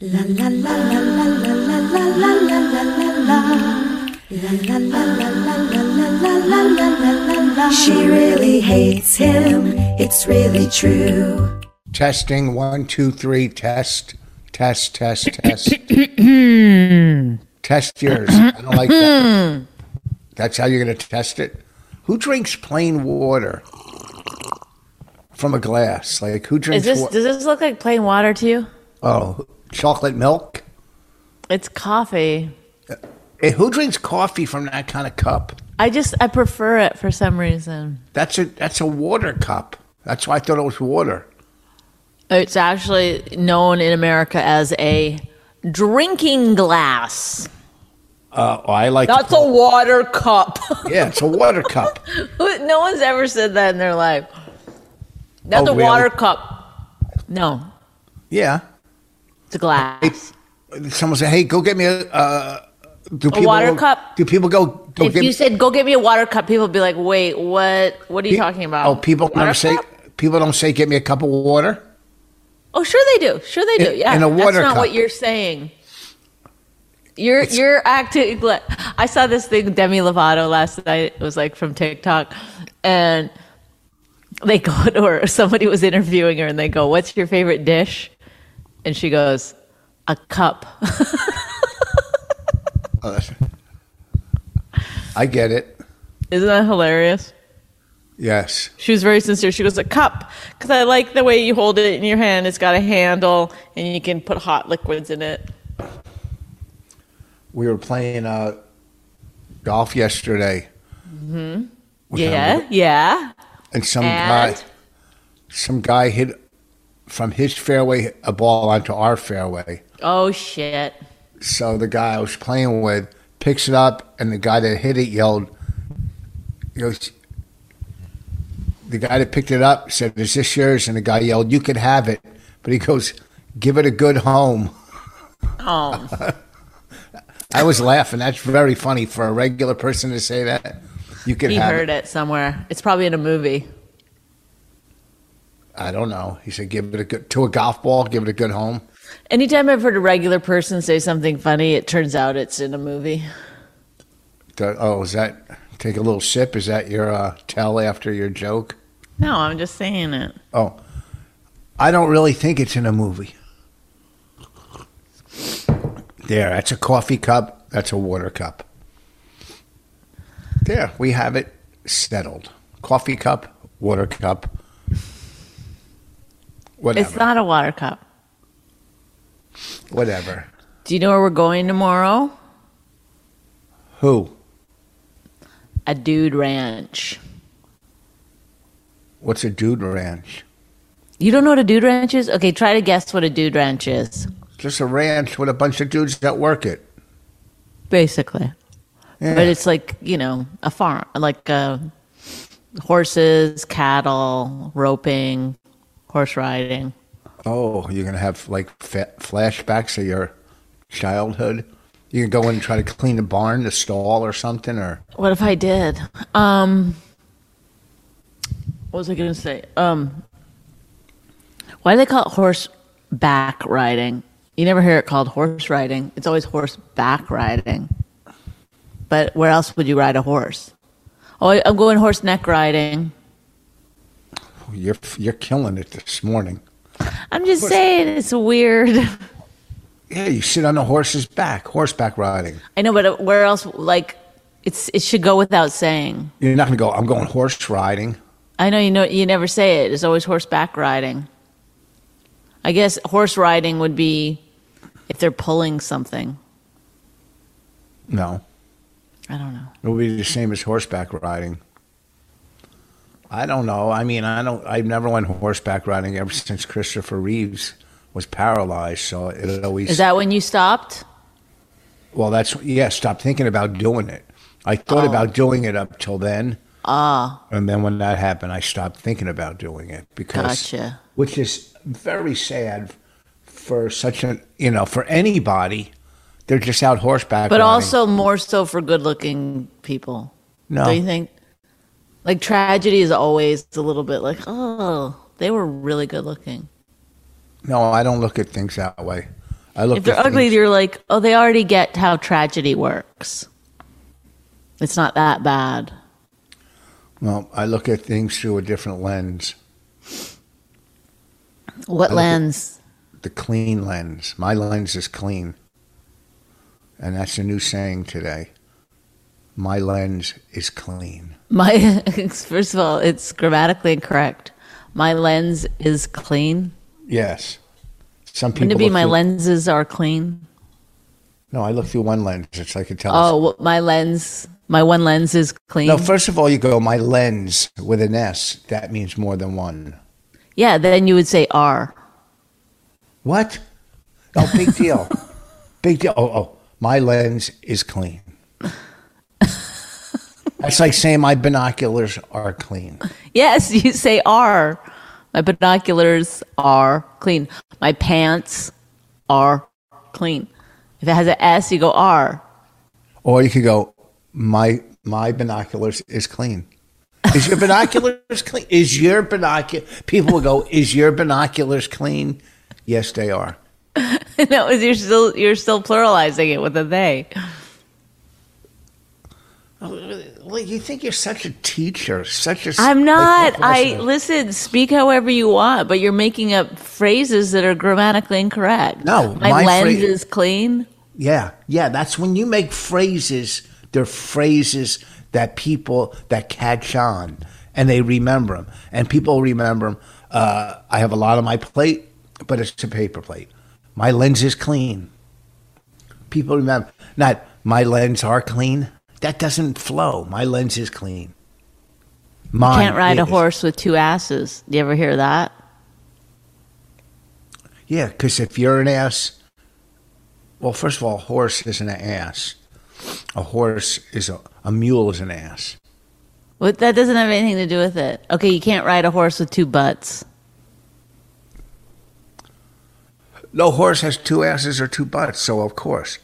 La la la la la la la la la la la la la. La la la la la la la la la la la la la. She really hates him. It's really true. Testing one, two, three. Test, test, test, test. test yours. I don't like that. Hmm. That's how you're going to test it. Who drinks plain water from a glass? Like who Is drinks? this wa- does this look like plain water to you? oh, chocolate milk. It's coffee. Eh, who drinks coffee from that kind of cup? I just I prefer it for some reason. That's a that's a water cup. That's why I thought it was water. It's actually known in America as a drinking glass. Uh, oh, I like. to That's call- a water cup. yeah, it's a water cup. no one's ever said that in their life. That's Oh, a really? water cup. No, Yeah. it's a glass. Someone say, "Hey, go get me a." Uh, do people water go- cup? Do people go? go if get you me- said go get me a water cup, people would be like, "Wait, what? What are you talking about?" Oh, people Water never say. cup? People don't say, "Get me a cup of water." Oh, sure they do. Sure they do. In- yeah, in a water that's not cup. what you're saying. You're you're acting. like- I saw this thing Demi Lovato last night. It was like from TikTok, and they go to her. Somebody was interviewing her, and they go, "What's your favorite dish?" And she goes, "A cup." Oh, that's- I get it. Isn't that hilarious? Yes. She was very sincere. She goes, "A cup," because I like the way you hold it in your hand. It's got a handle, and you can put hot liquids in it. We were playing uh, golf yesterday. Mm-hmm. Yeah, yeah. And some And? guy, some guy hit from his fairway a ball onto our fairway. Oh shit. So the guy I was playing with picks it up, and the guy that hit it yelled, he goes, the guy that picked it up said, is this yours? And the guy yelled, you can have it. But he goes, give it a good home. Oh. I was laughing. That's very funny for a regular person to say that. You can He have heard it. somewhere. It's probably in a movie. I don't know. He said, give it a good, to a golf ball, give it a good home. Anytime I've heard a regular person say something funny, it turns out it's in a movie. The- oh, is that, take a little sip? Is that your uh, tell after your joke? No, I'm just saying it. Oh, I don't really think it's in a movie. There, that's a coffee cup. That's a water cup. There, we have it settled. Coffee cup, water cup. Whatever. It's not a water cup. whatever. Do you know where we're going tomorrow? Who? A dude ranch. What's a dude ranch? You don't know what a dude ranch is? Okay, try to guess what a dude ranch is. Just a ranch with a bunch of dudes that work it. Basically. Yeah. But it's like, you know, a farm, like uh, horses, cattle, roping, horse riding. oh, you're gonna have like fa- flashbacks of your childhood. You can go in and try to clean the barn, the stall, or something, or What if I did? Um, what was I going to say? Um, why do they call it horseback riding? You never hear it called horse riding. It's always horseback riding. But where else would you ride a horse? Oh, I- I'm going horse neck riding. You're you're killing it this morning. I'm just saying it's weird. Yeah, you sit on a horse's back, horseback riding. I know, but uh, where else? Like, it's it should go without saying. You're not gonna go. I'm going horse riding. I know you know you never say it. It's always horseback riding. I guess horse riding would be if they're pulling something. No, I don't know. it would be the same as horseback riding. I don't know. I mean, I don't. I've never went horseback riding ever since Christopher Reeves was paralyzed. So it always. Is that when you stopped? well, that's yeah. Stop thinking about doing it. I thought Oh. about doing it up till then. Ah. And then when that happened, I stopped thinking about doing it because. Gotcha. which is very sad for such an you know for anybody. They're just out horseback. But riding. also more so for good-looking people. no, Don't you think? Like tragedy is always a little bit like, oh, they were really good-looking. no, I don't look at things that way. I look If they're at ugly, things- you're like, oh, they already get how tragedy works. It's not that bad. Well, I look at things through a different lens, What at- lens? the clean lens. My lens is clean. And that's a new saying today. My lens is clean. My first of all, it's grammatically incorrect. My lens is clean. Yes. Some people Wouldn't it be look my through- lenses are clean? No, I look through one lens. It's like a telescope. Oh, what- my lens, my one lens is clean. No, first of all, you go my lens with an S. That means more than one. yeah, then you would say are. What? Oh, big deal. big deal. Oh, oh, my lens is clean. That's like saying my binoculars are clean. Yes, you say are. My binoculars are clean. My pants are clean. If it has an S, you go are. Or you could go my my binoculars is clean. Is your binoculars clean? Is your binocular? People will go. Is your binoculars clean? Yes, they are. no, you're still you're still pluralizing it with a they. Well, you think you're such a teacher, such a. I'm like, not. I professor. listen. Speak however you want, but you're making up phrases that are grammatically incorrect. No, my, my lens phrase- is clean. Yeah, yeah. That's when you make phrases. They're phrases that people that catch on and they remember them, and people remember them. Uh, I have a lot on my plate, but it's a paper plate. My lens is clean. People remember not my lens are clean. That doesn't flow. My lens is clean. Mine Can't ride a is. horse with two asses. Do you ever hear that? Yeah, because if you're an ass, well, first of all, a horse isn't an ass. A horse is a, a mule is an ass. What that doesn't have anything to do with it. Okay, you can't ride a horse with two butts. No horse has two asses or two butts, so of course.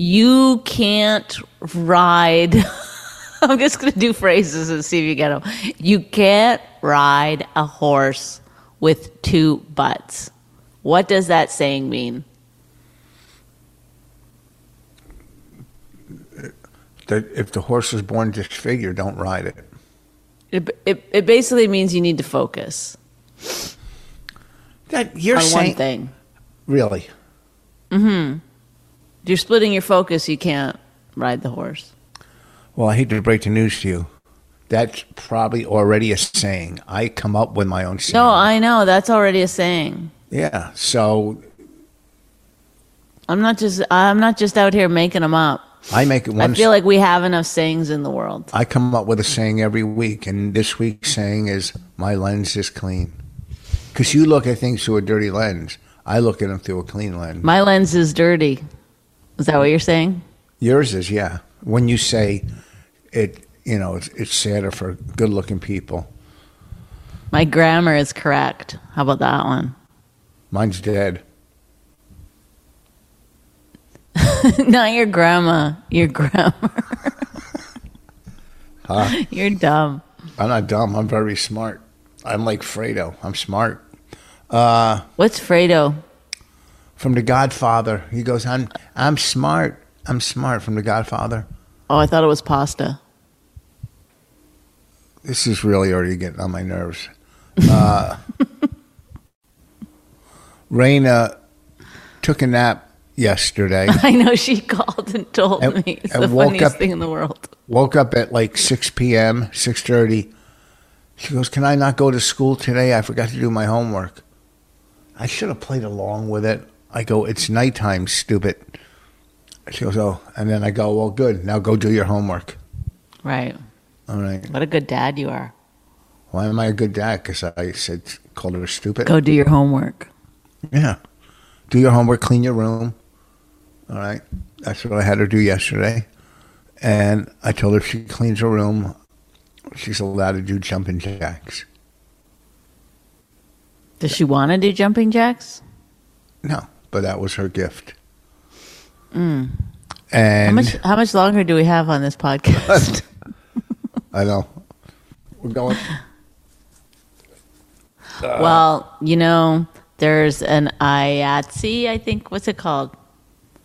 You can't ride. I'm just going to do phrases and see if you get them. You can't ride a horse with two butts. What does that saying mean? That if the horse was born disfigured, don't ride it. It, it, it basically means you need to focus That you're on saying one thing. really? If you're splitting your focus, you can't ride the horse. Well, I hate to break the news to you. That's probably already a saying. I come up with my own saying. No, I know. That's already a saying. yeah. So I'm not just I'm not just out here making them up. I make it one. I feel like we have enough sayings in the world. I come up with a saying every week, and this week's saying is my lens is clean. Because you look at things through a dirty lens. I look at them through a clean lens. My lens is dirty. Is that what you're saying? Yours is, yeah. When you say it, you know, it's, it's sadder for good looking people. My grammar is correct. How about that one? Mine's dead. Not your grandma. Your grammar. You're dumb. I'm not dumb. I'm very smart. I'm like Fredo. I'm smart. What's Fredo? From The Godfather, he goes, I'm, I'm smart. I'm smart from The Godfather. Oh, I thought it was pasta. This is really already getting on my nerves. Uh, Raina took a nap yesterday. I know she called and told And- me. It's and the woke funniest up- thing in the world. woke up at like 6 p.m 6.30 she goes can i not go to school today i forgot to do my homework i should have played along with it i go it's nighttime stupid she goes oh and then i go well good now go do your homework Right. all right What a good dad you are. why am i a good dad because i said called her stupid Go do your homework. yeah do your homework clean your room all right that's what i had her do yesterday and i told her if she cleans her room she's allowed to do jumping jacks Does she want to do jumping jacks? No, but that was her gift. How And much Mm. how much longer do we have on this Oh, podcast? I know we're going. well, you know, there's an IATSE, I think what's it called?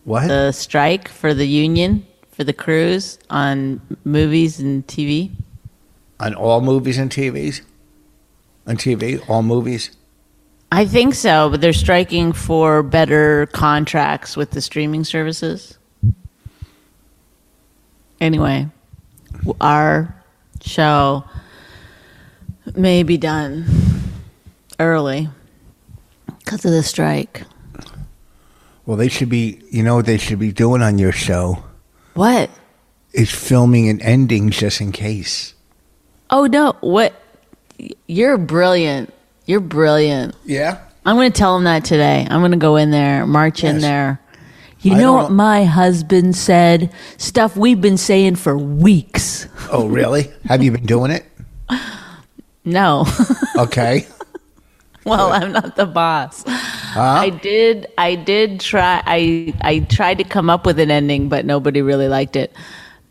What? the strike for the union for the crews on movies and TV. on all movies and TVs? On TV, all movies? I think so, but they're striking for better contracts with the streaming services. Anyway, w- our show may be done early because of the strike. Well, they should be, you know what they should be doing on your show? What? Is filming an ending just in case. Oh no! What? You're brilliant. You're brilliant. Yeah? I'm going to tell him that today. I'm going to go in there, march in Yes. there. You I know don't what know- my husband said? Stuff we've been saying for weeks. Oh, really? Have you been doing it? No. Okay. well, I'm not the boss. I did I did try I I tried to come up with an ending, but nobody really liked it.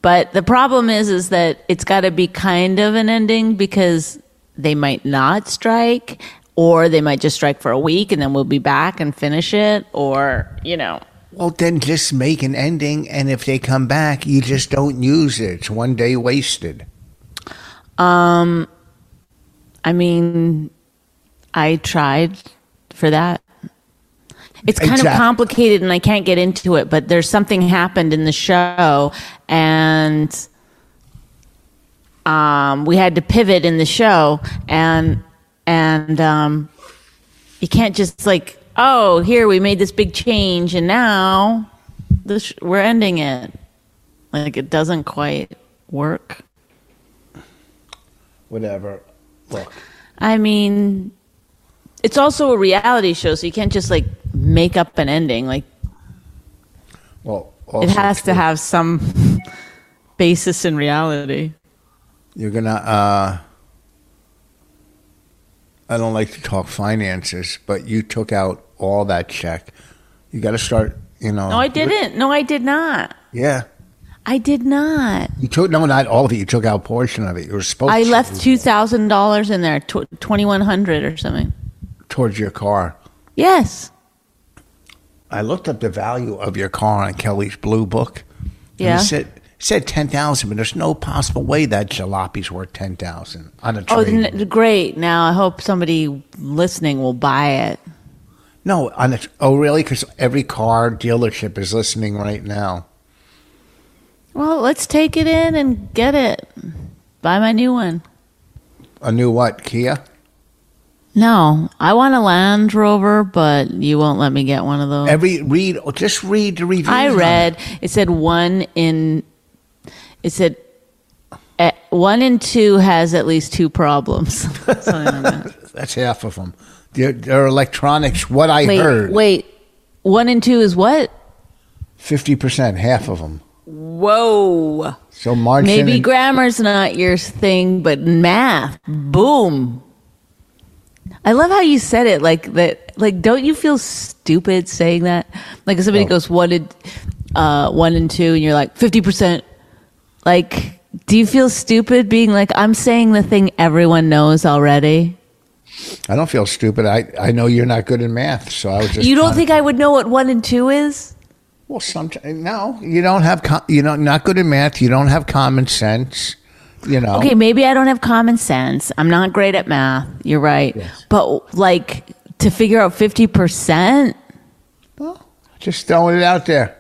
But the problem is is that it's got to be kind of an ending because they might not strike or they might just strike for a week and then we'll be back and finish it or, you know, Well, then just make an ending, and if they come back, you just don't use it. It's one day wasted. I mean, I tried for that. It's kind of Exact- complicated and I can't get into it, but there's something happened in the show and um, we had to pivot in the show and and um, you can't just like, oh, here we made this big change and now this, we're ending it. Like it doesn't quite work. Whatever. Look. I mean, it's also a reality show, so you can't just like make up an ending. Like Well, it also, has too, to have some basis in reality. You're gonna. uh I don't like to talk finances, but you took out all that check. You got to start. You know. No, I didn't. No, I did not. Yeah, I did not. you took no, not all of it. You took out a portion of it. You were supposed. I to, left two thousand dollars in there, tw- twenty one hundred or something. towards your car. Yes, I looked up the value of your car on Kelly's Blue Book. Yeah. And it said, it said 10000 but there's no possible way that jalopy's worth 10000 on a Oh, trade. then, great. Now I hope somebody listening will buy it. no, on a, oh, really? Because every car dealership is listening right now. Well, let's take it in and get it. Buy my new one. A new what? Kia? No, I want a Land Rover, but you won't let me get one of those. Every read, oh, just read the reviews. I on it. read it said one in it said eh, one in two has at least two problems. Something like that. That's half of them. Their, their electronics, what I Wait, heard, wait, one in two is what? 50%, half of them. Whoa! So March in Maybe and- grammar's not your thing, but math, boom. I love how you said it like that. Like, don't you feel stupid saying that? Like, if somebody Oh. goes one and uh, one and two, and you're like fifty percent. Like, do you feel stupid being like I'm saying the thing everyone knows already? I don't feel stupid. I, I know you're not good in math, so I was just. You don't trying- think I would know what one and two is? Well, sometimes no, you don't have com- you know not good at math. You don't have common sense. You know, Okay, maybe I don't have common sense. I'm not great at math. You're right, but like to figure out fifty percent. Well, just throwing it out there.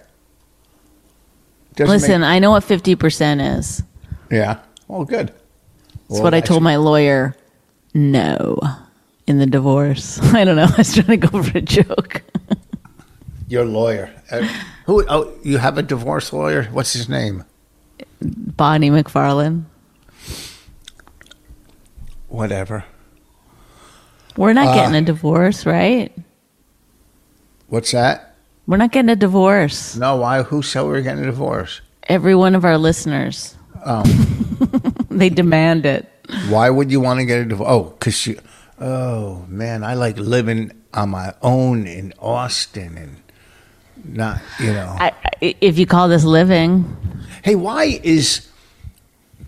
Doesn't Listen, make- I know what 50% is. That's yeah. Oh, good. That's what I told my lawyer. No. In the divorce. I don't know. I was trying to go for a joke. your lawyer. Uh, who? Oh, you have a divorce lawyer. What's his name? Bonnie McFarlane. Whatever. We're not getting a divorce, right? What's that? We're not getting a divorce. No, why? Who said we were getting a divorce? Every one of our listeners. Oh. they demand it. Why would you want to get a divorce? Oh, because you. Oh man, I like living on my own in Austin and not you know. I, I, if you call this living, Hey, why is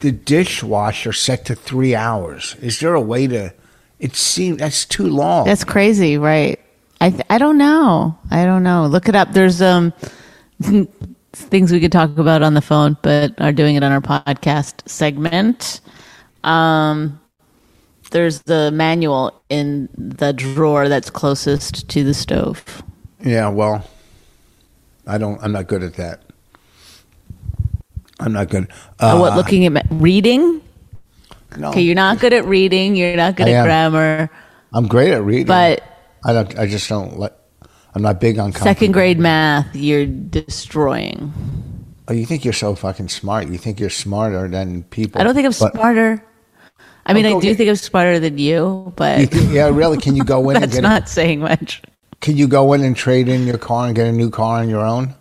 the dishwasher set to three hours? Is there a way to? It seems that's too long. that's crazy, right? I, th- I don't know. I don't know. Look it up. There's um things we could talk about on the phone, but are doing it on our podcast segment. Um, there's the manual in the drawer that's closest to the stove. Yeah, well, I don't. I'm not good at that. I'm not good. Uh, what looking at ma- reading? No, Okay, you're not good at reading. You're not good I at am. grammar. I'm great at reading, But- I don't. I just don't like. I'm not big on Second complicated- grade math, you're destroying. Oh, you think you're so fucking smart? You think you're smarter than people? I don't think I'm But- smarter. I mean, Oh, I go do get- think I'm smarter than you, You but think- yeah, really? Can you go in and that's get? not saying much. a, can you go in and trade in your car and get a new car on your own?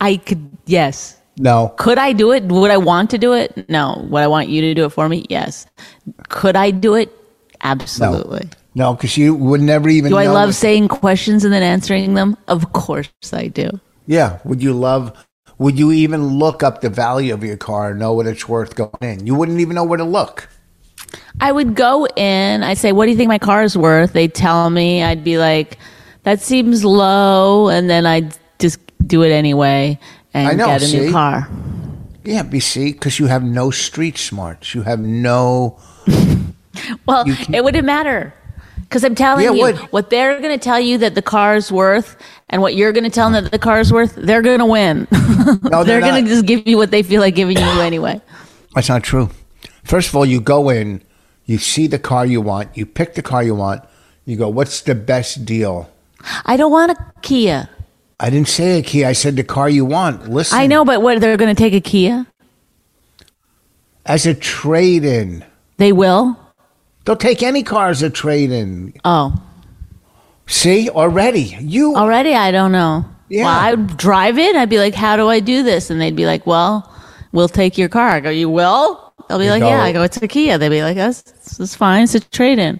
I could, yes. No. Could I do it? Would I want to do it? No. Would I want you to do it for me? Yes. Could I do it? Absolutely. No, because you would never even. Do I know love if- saying questions and then answering them? Of course I do. Yeah. Would you love? Would you even look up the value of your car and know what it's worth going in? You wouldn't even know where to look. I would go in, I'd say, What do you think my car is worth? They'd tell me, I'd be like, That seems low. And then I'd just do it anyway I and know, get a see? new car. Yeah, BC, because you have no street smarts. You have no. Well, it wouldn't matter because I'm telling Yeah, it you would. what they're going to tell you that the car's worth, and what you're going to tell them that the car's worth. They're going to win. No, they're not. going to just give you what they feel like giving you anyway. That's not true. First of all, you go in, you see the car you want, you pick the car you want, you go, what's the best deal? I don't want a Kia. I didn't say a key. I said the car you want. Listen, I know, but what they're going to take a Kia? As a trade in, They will. they'll take any car as a trade in. Oh, See, already you. already I don't know. Yeah. Well, I'd drive it. I'd be like, "How do I do this?" And they'd be like, "Well, we'll take your car." I go, "You will?" They'll be like, go- "Yeah." I go, "It's a Kia." They'll be like, "That's that's fine. It's a trade in."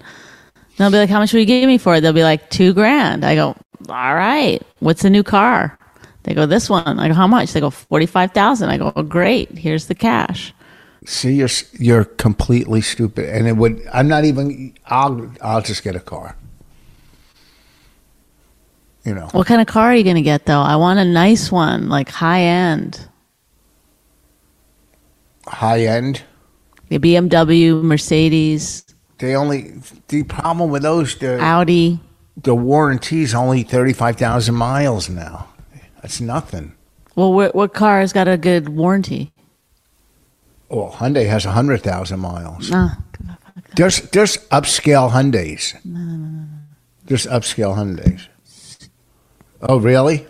They'll be like, "How much will you give me for it?" They'll be like, two grand." I go, "All right. What's a new car?" They go, "This one." I go, "How much?" They go, 45000 I go, oh, "Great. Here's the cash." See, you're s- you're completely stupid, and it would. I'm not even. I'll I'll just get a car. You know. What kind of car are you going to get though? I want a nice one, like high end. high end. A BMW, Mercedes, They only the problem with those the Audi. the warranty's only thirty five thousand miles now. That's nothing. Well, what, what car has got a good warranty? Well, Hyundai has hundred thousand miles. No. There's there's upscale Hyundai's. There's upscale Hyundai's. Oh really?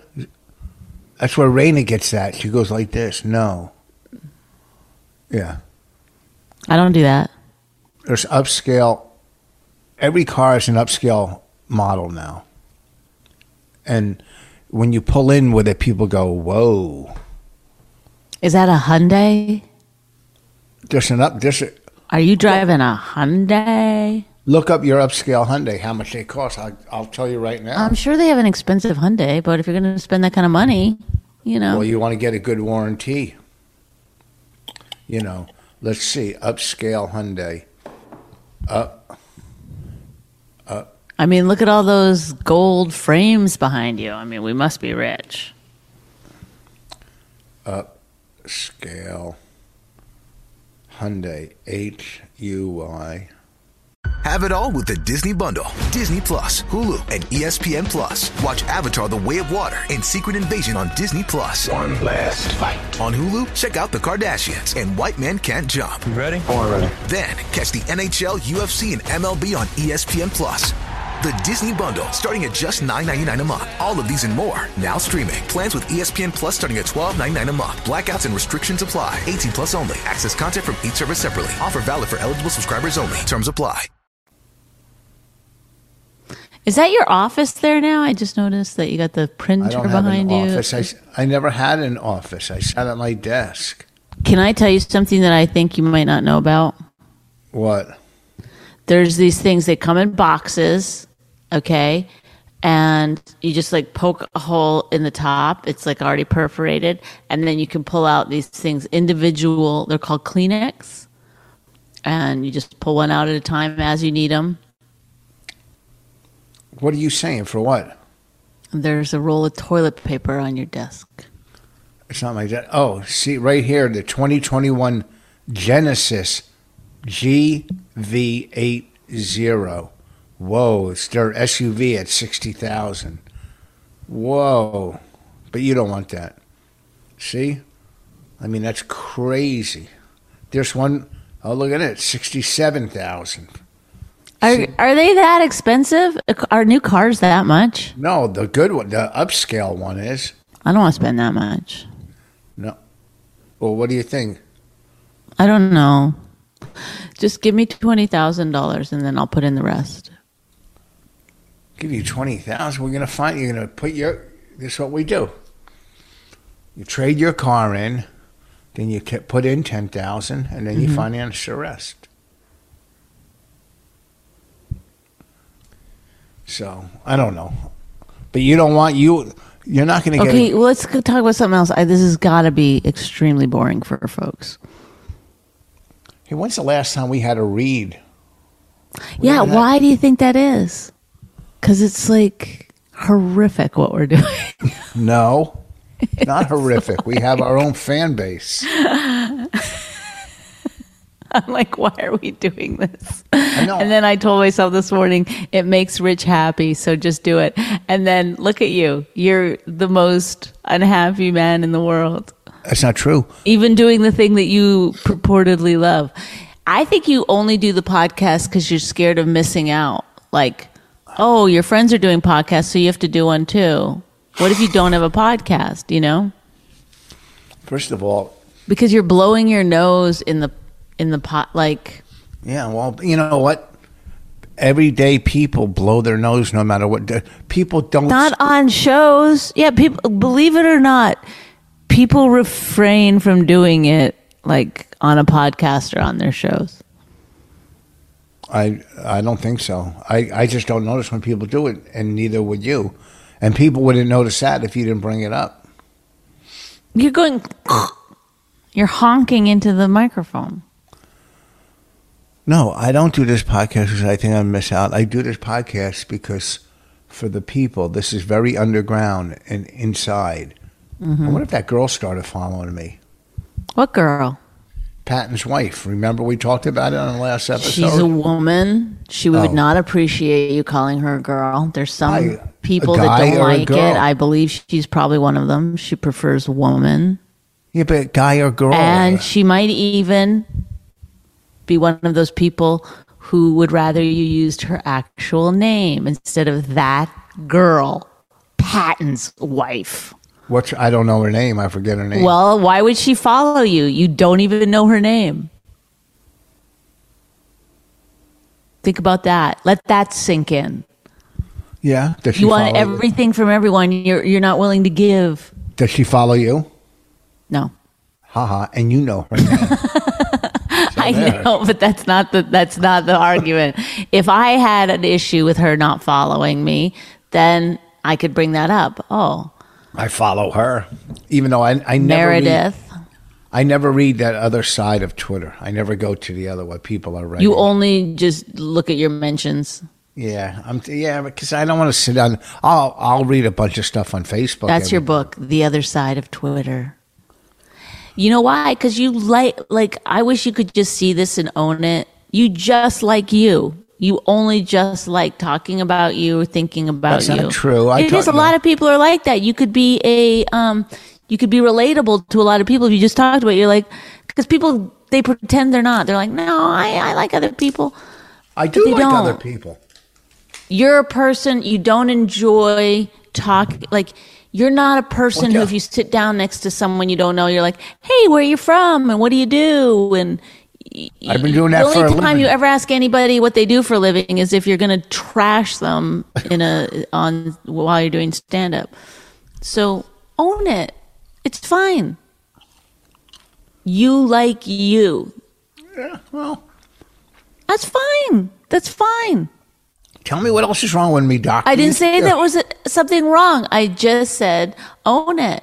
That's where Raina gets that. She goes like this. No. Yeah. I don't do that. There's upscale. Every car is an upscale model now. And when you pull in with it, people go, "Whoa!" Is that a Hyundai? There's an up. There's a, Are you driving a Hyundai? look up your upscale Hyundai. How much they cost? I, I'll tell you right now. I'm sure they have an expensive Hyundai, but if you're going to spend that kind of money, you know. well, you want to get a good warranty. You know, let's see, upscale Hyundai. I mean, look at all those gold frames behind you. I mean, we must be rich. Scale Hyundai H U Y. Have it all with the Disney Bundle. Disney Plus, Hulu, and E ESPN Plus. Watch Avatar The Way of Water and Secret Invasion on Disney Plus. One last fight. On Hulu, check out The Kardashians and White Men Can't Jump. You ready? Already. Then catch the NHL, UFC, and MLB on E ESPN Plus. The Disney Bundle, starting at just $9.99 a month. All of these and more, now streaming. Plans with E ESPN Plus starting at $12.99 a month. Blackouts and restrictions apply. 18 plus only. Access content from each service separately. Offer valid for eligible subscribers only. Terms apply. Is that your office there now? I just noticed that you got the I printer don't have an behind you. office. I, s- I never had an office. I sat at my desk. Can I tell you something that I think you might not know about? What? there's these things they come in boxes okay and you just like poke a hole in the top it's like already perforated and then you can pull out these things individual they're called kleenex and you just pull one out at a time as you need them What are you saying? For what? there's a roll of toilet paper on your desk It's not like that. Oh, see right here, the 2021 Genesis GV80. Whoa, it's their SUV at 60,000. Whoa. But you don't want that. See? I mean, that's crazy. There's one, oh, look at it, 67,000. Are are they that expensive? Are new cars that much? No, the good one, the upscale one is. I don't want to spend that much. No. Well, what do you think? I don't know. Just give me twenty thousand dollars, and then I'll put in the rest. Give you 20,000, we're going to find, you're going to put your, this is what we do. You trade your car in, then you ca- put in 10,000, and then you finance the rest. So, I don't know. But you don't want, you, you're not going to get. Okay, well, let's go talk about something else. I, this has got to be extremely boring for folks. Hey, when's the last time we had a read? yeah, that- why do you think that is? Because it's like horrific what we're doing. No, not horrific. We have our own fan base. I'm like, why are we doing this? know. And then I told myself this morning, it makes Rich happy, so just do it. And then look at you. You're the most unhappy man in the world, That's not true. even doing the thing that you purportedly love. I think you only do the podcast because you're scared of missing out. Like, oh, your friends are doing podcasts, so you have to do one too. What if you don't have a podcast, you know? First of all, Because you're blowing your nose in the in the pot like Yeah, well, you know what? Everyday people blow their nose no matter what. The- People don't. not on shows. Yeah, people believe it or not, people refrain from doing it like on a podcast or on their shows. I I don't think so. I, I just don't notice when people do it, and neither would you. And people wouldn't notice that if you didn't bring it up. You're going you're honking into the microphone. No, I don't do this podcast because I think I miss out. I do this podcast because for the people, this is very underground and inside. Mm-hmm. I wonder if that girl started following me. What girl? Patton's wife. Remember we talked about it on the last episode. She's a woman. She would Oh. not appreciate you calling her a girl. There's some I- a people that guy don't or a like it. girl? I believe she's probably one of them. She prefers woman. yeah, but guy or girl. And she might even be one of those people who would rather you used her actual name instead of that girl, Patton's wife. What's I don't know her name. I forget her name. Well, why would she follow you? You don't even know her name. Think about that. Let that sink in. yeah. Does she You want follow everything from everyone. You're you're not willing to give. You? Does she follow you? No. Haha. And you know her name. I know, but that's not the that's not the argument. If I had an issue with her not following me, then I could bring that up. Oh, I follow her, even though I I never Read, Meredith, I never read that other side of Twitter. I never go to the other what people are writing. you only just look at your mentions. yeah. I'm yeah because I don't want to sit on. I'll I'll read a bunch of stuff on Facebook. That's your every- book, The Other Side of Twitter. You know why? Because you like like I wish you could just see this and own it. You just like you. You only just like talking about you, thinking about That's you. not true. I It talk- is. A lot of people are like that. You could be a um, you could be relatable to a lot of people. If you just talked about it, you're like because people they pretend they're not. They're like, no, I, I like other people I do they like other don't. people. you're a person you don't enjoy talk like you're not a person Well, yeah. who if you sit down next to someone you don't know you're like hey where are you from and what do you do and I've been doing that the only for a time living. you ever ask anybody what they do for a living is if you're going to trash them in a on while you're doing stand up so own it it's fine you like you yeah, well, that's fine that's fine tell me what else is wrong with me, Doc. I Do you didn't say think- that was something wrong. I just said own it.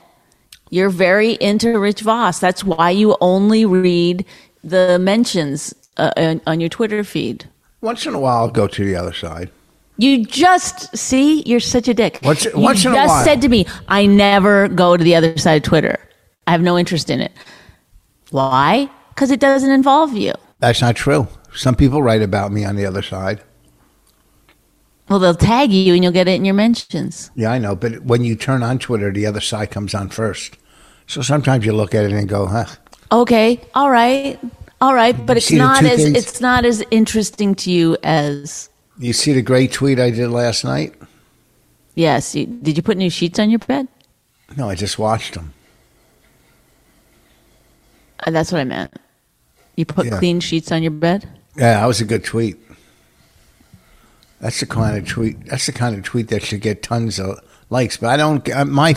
You're very into Rich Voss. That's why you only read the mentions uh, on, on your Twitter feed. Once in a while, I'll go to the other side. You just see, you're such a dick. Once- you once in a just while. said to me, I never go to the other side of Twitter. I have no interest in it. Why? Because it doesn't involve you. That's not true. Some people write about me on the other side. Well, they'll tag you and you'll get it in your mentions. Yeah, I know. But when you turn on Twitter, the other side comes on first. So sometimes you look at it and go, huh? Okay, all right, all right, but it's See the not two as things- it's not as interesting to you as You see the great tweet I did last night? yes. You, did you put new sheets on your bed? No, I just watched them. Uh, that's what I meant. You put Yeah. clean sheets on your bed. Yeah, that was a good tweet. That's the kind of tweet. That's the kind of tweet that should get tons of likes. But I don't. uh, My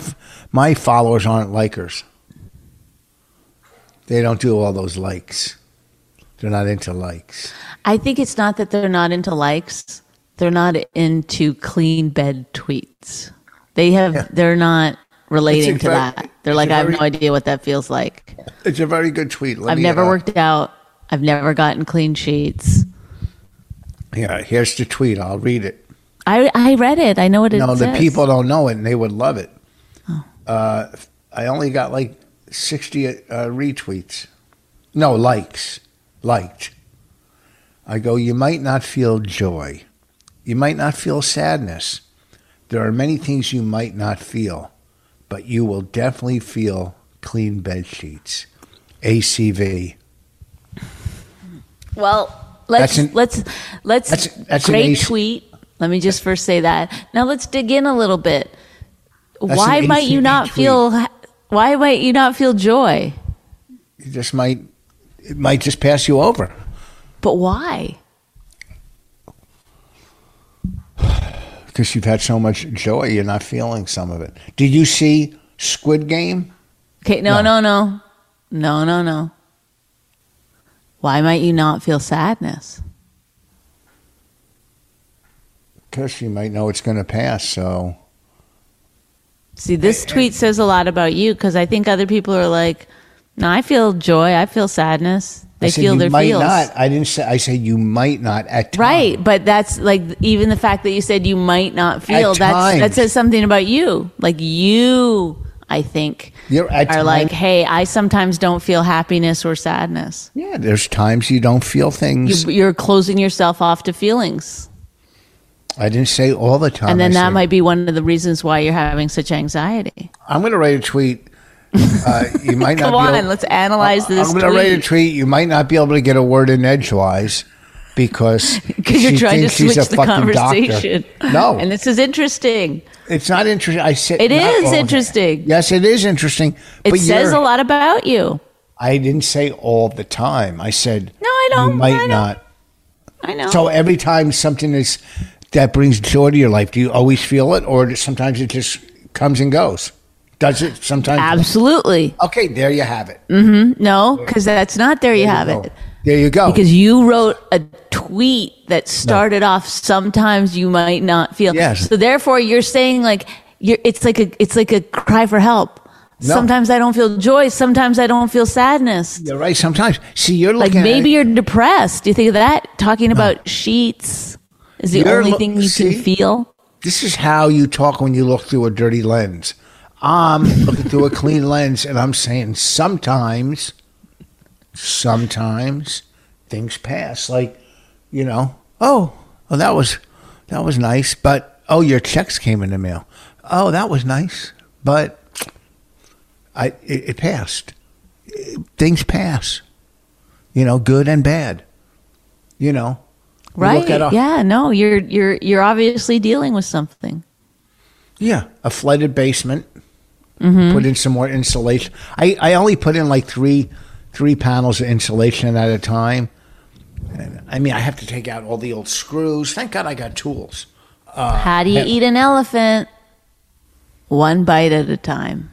my followers aren't likers. They don't do all those likes. They're not into likes. I think it's not that they're not into likes. They're not into clean bed tweets. They have. Yeah. They're not relating It's a to ver- that. They're it's like, a I have very- no idea what that feels like. It's a very good tweet. Let I've me, never uh, worked out. I've never gotten clean sheets. Yeah, here's the tweet. I'll read it. I I read it. I know what it no, the says. people don't know it, and they would love it. Uh, I only got like sixty uh, retweets. No likes, liked. I go. You might not feel joy. You might not feel sadness. There are many things you might not feel, but you will definitely feel clean bed sheets. ACV. Well, let's That's an- let's let's that's- that's an great AC tweet. Let me just first say that. Now let's dig in a little bit. That's Why an might you ACV not tweet. feel? Why might you not feel joy? It just might. It might just pass you over. But why? because you've had so much joy, you're not feeling some of it. Did you see Squid Game? Okay, no, no, no, no, no, no. Why might you not feel sadness? Because you might know it's going to pass. So See, this tweet says a lot about you because I think other people are like, "No, I feel joy. I feel sadness. They I said, feel you their might feels." not. I didn't say. I said you might not at time. Right, but that's like even the fact that you said you might not feel At that's, that times. says something about you. Like you, I think, You're at are time- like, hey, I sometimes don't feel happiness or sadness. Yeah, there's times you don't feel things. You, you're closing yourself off to feelings, I didn't say all the time. and then I that said- might be one of the reasons why you're having such anxiety. I'm going to write a tweet. Uh, you might Come not. on, be let's analyze this I'm going to write a tweet. tweet. You might not be able to get a word in edgewise because Because you're she trying to thinks she's switch a the fucking doctor. conversation. No, and this is interesting. It's not interesting. I said It It is is interesting. Yes, it is interesting. It but says you're- a lot about you. I didn't say all the time. I said No, I You don't- might I don't- not. I know. So every time something is that brings joy to your life, do you always feel it, or sometimes it just comes and goes? Does it sometimes? Absolutely. Okay, there you have it. No, because that's not there. You have There you it. go. There you go. Because you wrote a tweet that started off sometimes you might not feel. Yes. So therefore you're saying like you're it's like a it's like a cry for help. No. Sometimes I don't feel joy, sometimes I don't feel sadness. you're right. Sometimes, see, you're Like looking. maybe at you're depressed. Do you think of that? Talking about sheets is the You're only lo- thing you see? can feel. this is how you talk when you look through a dirty lens. I'm looking through a clean lens, and I'm saying sometimes, sometimes things pass. Like, you know, oh, well, that was that was nice, but oh, your checks came in the mail. Oh, that was nice, but I it, it passed. Eh, Things pass, you know, good and bad. You know, You Right. look at a- yeah, no, you're you're you're obviously dealing with something. Yeah, a flooded basement. Put in some more insulation. I, I only put in like three three panels of insulation at a time. And, I mean, I have to take out all the old screws. Thank God I got tools. How do you yeah. eat an elephant? One bite at a time.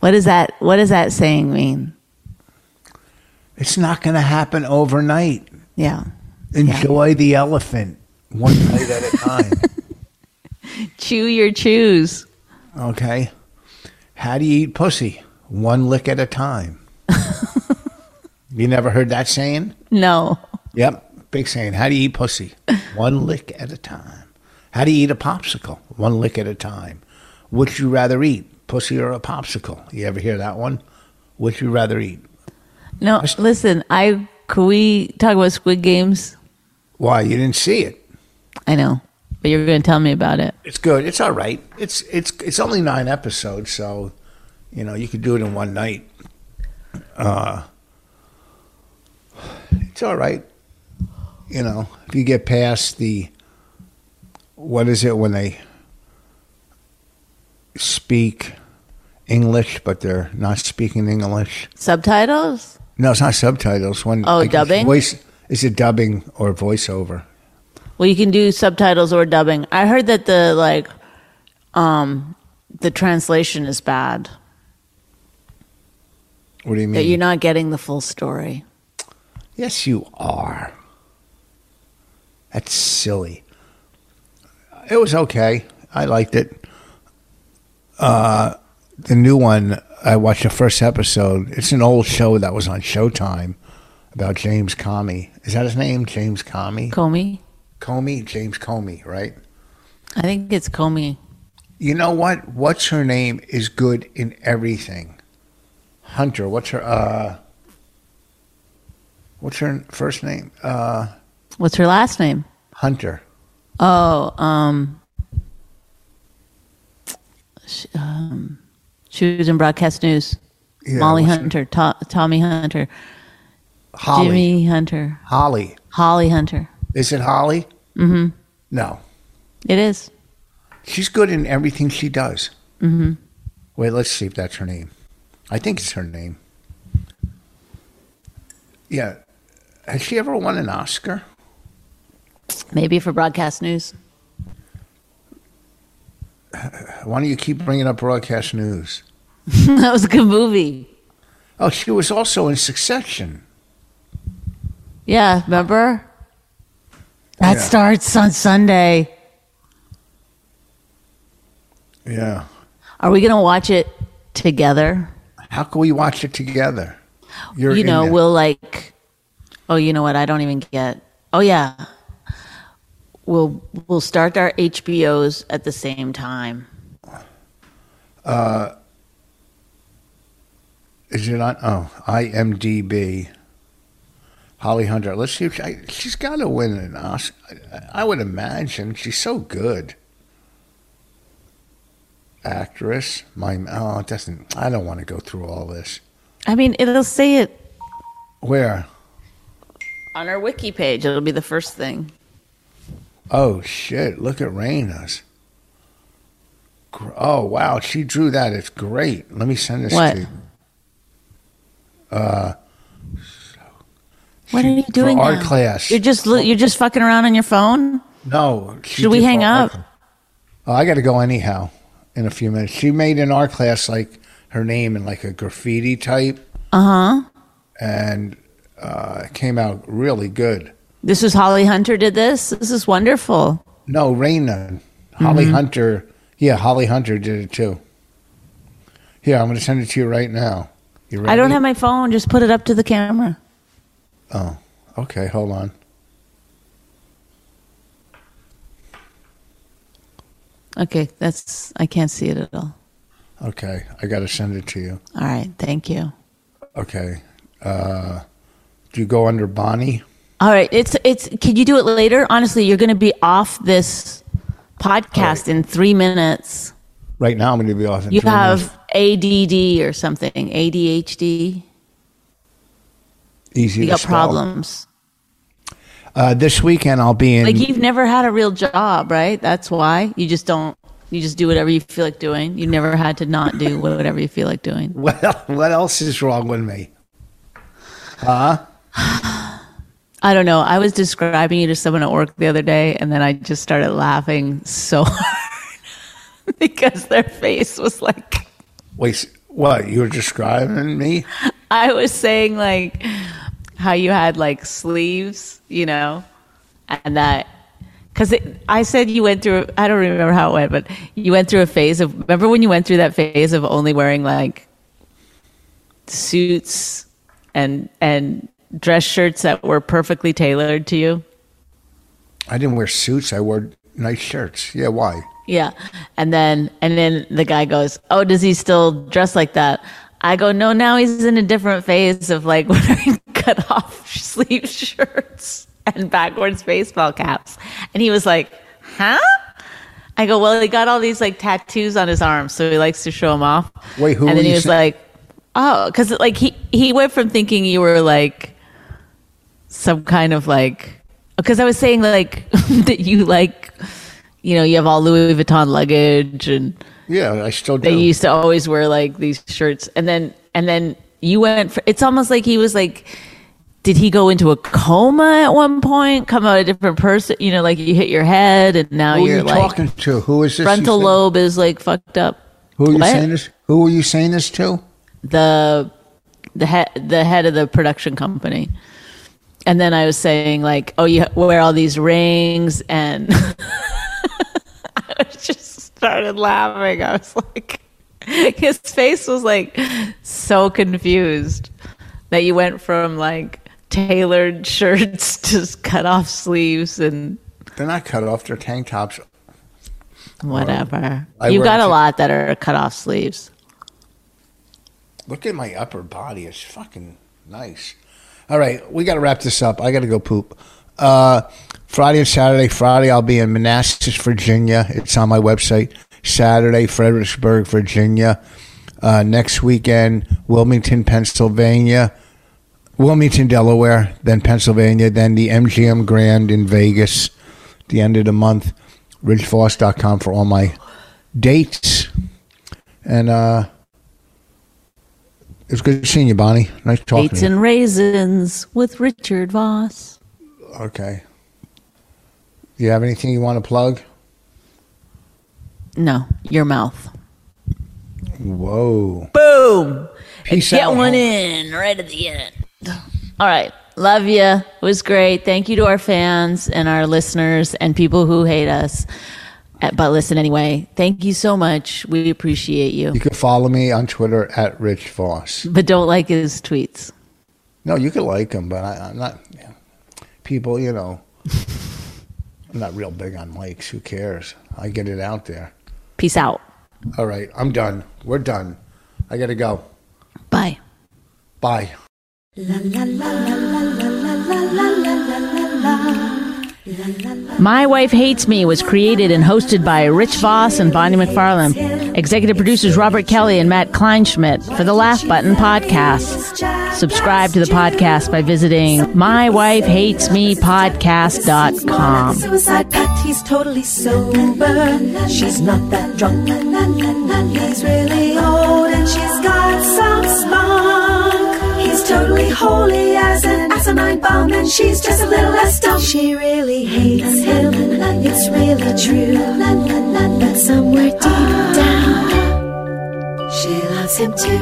What is that? What does that saying mean? It's not going to happen overnight. Yeah. Enjoy the elephant one bite at a time. Chew your chews. Okay. How do you eat pussy? One lick at a time. you never heard that saying? No. Yep. Big saying, how do you eat pussy? One lick at a time. How do you eat a popsicle? One lick at a time. Would you rather eat? pussy or a popsicle? You ever hear that one? Would you rather eat? No, listen. I could we talk about Squid Games? Why you didn't see it? I know, but you're going to tell me about it. It's good. It's all right. It's it's it's only nine episodes, so you know you could do it in one night. Uh, it's all right. You know, if you get past the what is it when they speak English but they're not speaking English? Subtitles? No, it's not subtitles. When Oh, it's dubbing? Voice is it dubbing or voiceover? Well, you can do subtitles or dubbing. I heard that the like, um, the translation is bad. What do you mean? That you're not getting the full story. Yes, you are. That's silly. It was okay. I liked it. Uh, the new one, I watched the first episode. It's an old show that was on Showtime about James Comey. Is that his name? James Comey? Comey? Comey? James Comey, right? I think it's Comey. You know what? What's her name is good in everything. Hunter, what's her uh What's her first name? Uh What's her last name? Hunter. Oh, um, sh- um, she was in broadcast news. Yeah, Molly what's her- Hunter, to- Tommy Hunter, Holly. Jimmy Hunter, Holly. Holly Hunter. Is it Holly? Mm-hmm. No. It is. She's good in everything she does. Mm-hmm. Wait, let's see if that's her name. I think it's her name. Yeah. Has she ever won an Oscar? Maybe for broadcast news. Why don't you keep bringing up broadcast news? that was a good movie. Oh, she was also in Succession. Yeah, remember? That Yeah. starts on Sunday. Yeah. Are we going to watch it together? How can we watch it together? You're you in know, it. we'll like, oh, you know what? I don't even get. Oh, yeah. We'll we'll start our HBOs at the same time. Is it on? Oh, IMDb. Holly Hunter. Let's see if she, I- she's got to win an Oscar. I, I would imagine she's so good. Actress. My oh, it doesn't. I don't want to go through all this. I mean, it'll say it Where? on our wiki page. It'll be the first thing. Oh shit! Look at Raina's. Gr- Oh wow, she drew that. It's great. Let me send this What? to you. What are you doing for art now? class. You're just li- you're just fucking around on your phone. No. she Should we did hang for up? art- Oh, I got to go anyhow in a few minutes. She made in our class like her name in like a graffiti type. Uh huh. Uh-huh. And uh, it came out really good. This was Holly Hunter did this. This is wonderful. No, Raina, Holly Mm-hmm. Hunter. Yeah, Holly Hunter did it too. Here, I'm going to send it to you right now. You ready? I don't have my phone. Just put it up to the camera. Oh, okay. Hold on. Okay, that's I can't see it at all. Okay, I got to send it to you. All right, thank you. Okay. Uh, do you go under Bonnie? All right, it's it's. Can you do it later? Honestly, you're going to be off this podcast in three minutes. Right now, I'm going to be off. in You three minutes. have ADD or something, ADHD. easy You to got spell. problems. Uh, this weekend I'll be in. Like you've never had a real job, right? That's why you just don't. You just do whatever you feel like doing. You never had to not do whatever you feel like doing. what, el- what else is wrong with me? I don't know. I was describing you to someone at work the other day, and then I just started laughing so hard because their face was like. Wait, s- what you were describing me? I was saying like how you had like sleeves, you know, and that because I said you went through. I don't remember how it went, but you went through a phase of. Remember when you went through that phase of only wearing like suits and and dress shirts that were perfectly tailored to you. I didn't wear suits. I wore Nice shirts. Yeah, why? Yeah. And then and then the guy goes, "Oh, does he still dress like that?" I go, "No, now he's in a different phase of like wearing cut off sleeve shirts and backwards baseball caps." And he was like, "Huh?" I go, "Well, he got all these like tattoos on his arms, so he likes to show them off." Wait, who were And then he you was sa- like, "Oh, cuz like he he went from thinking you were like some kind of like because I was saying like that you like you know, you have all Louis Vuitton luggage and Yeah, I still do. they used to always wear like these shirts and then and then you went for, it's almost like he was like did he go into a coma at one point come out a different person you know like you hit your head and now Who are you're you like talking to? Who is this? you frontal said- lobe is like fucked up Who are you What? saying this? Who are you saying this to? the the head the head of the production company and then i was saying like oh you wear all these rings and i just started laughing i was like his face was like so confused that you went from like tailored shirts to cut off sleeves and They're not cut off. They're tank tops. whatever I you've wear got a t- lot that are cut off sleeves Look at my upper body. It's fucking nice. All right, we got to wrap this up. I got to go poop. Uh, Friday and Saturday. Friday, I'll be in Manassas, Virginia. It's on my website. Saturday, Fredericksburg, Virginia. Uh, next weekend, Wilmington, Pennsylvania. Wilmington, Delaware, then Pennsylvania, then the MGM Grand in Vegas. The end of the month. RidgeFoss.com for all my dates. And uh, it's good seeing you, Bonnie. Nice talking dates to you. and raisins with richard voss Okay. Do you have anything you want to plug? no your mouth Whoa. Boom. Peace Get out, one homie. in right at the end. All right. Love you. It was great. Thank you to our fans and our listeners and people who hate us, uh, but listen anyway. Thank you so much. We appreciate you. You can follow me on Twitter at Rich Voss. But don't like his tweets. No, you can like him, but I, I'm not. yeah. People, you know, I'm not real big on likes. Who cares? I get it out there. Peace out. All right, I'm done. We're done. I got to go. Bye. Bye. My Wife Hates Me was created and hosted by Rich Voss and Bonnie McFarlane. Executive producers Robert Kelly and Matt Kleinschmidt for the Laugh Button podcast. Subscribe to the podcast by visiting mywifehatesmepodcast.com. Suicide pact, he's totally sober. She's not that drunk. He's really old and she's got some spunk. He's totally holy as an asinine bomb, and she's just a little less dumb. She really hates him. It's really true. But somewhere deep down, she loves him too.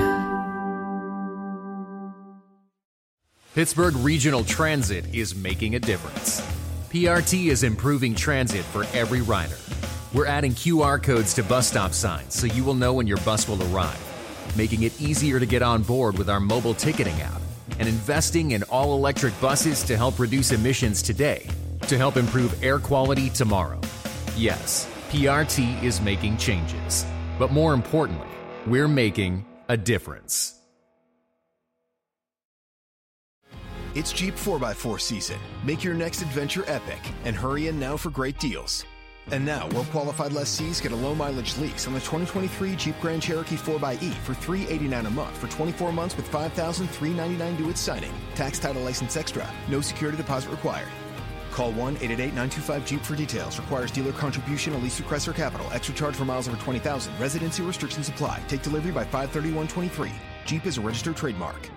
Pittsburgh Regional Transit is making a difference. PRT is improving transit for every rider. We're adding QR codes to bus stop signs so you will know when your bus will arrive, making it easier to get on board with our mobile ticketing app, and investing in all electric buses to help reduce emissions today to help improve air quality tomorrow. Yes, PRT is making changes, but more importantly, we're making a difference. It's Jeep 4x4 season. Make your next adventure epic and hurry in now for great deals. And now, well qualified lessees get a low mileage lease on the 2023 Jeep Grand Cherokee 4xE for $389 a month for 24 months with $5,399 due at signing. Tax title license extra. No security deposit required. Call 1 888 925 Jeep for details. Requires dealer contribution, a lease request or capital. Extra charge for miles over 20,000. Residency restrictions apply. Take delivery by 53123. Jeep is a registered trademark.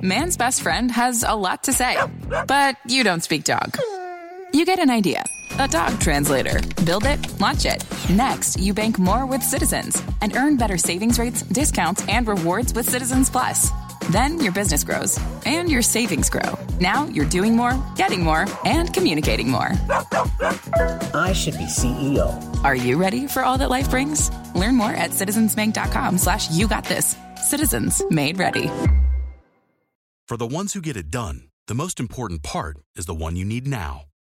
Man's best friend has a lot to say, but you don't speak dog. You get an idea. A dog translator. Build it, launch it. Next, you bank more with Citizens and earn better savings rates, discounts, and rewards with Citizens Plus. Then your business grows and your savings grow. Now you're doing more, getting more, and communicating more. I should be E CEO. Are you ready for all that life brings? Learn more at citizensbank.com slash you got this. Citizens made ready. For the ones who get it done, the most important part is the one you need now.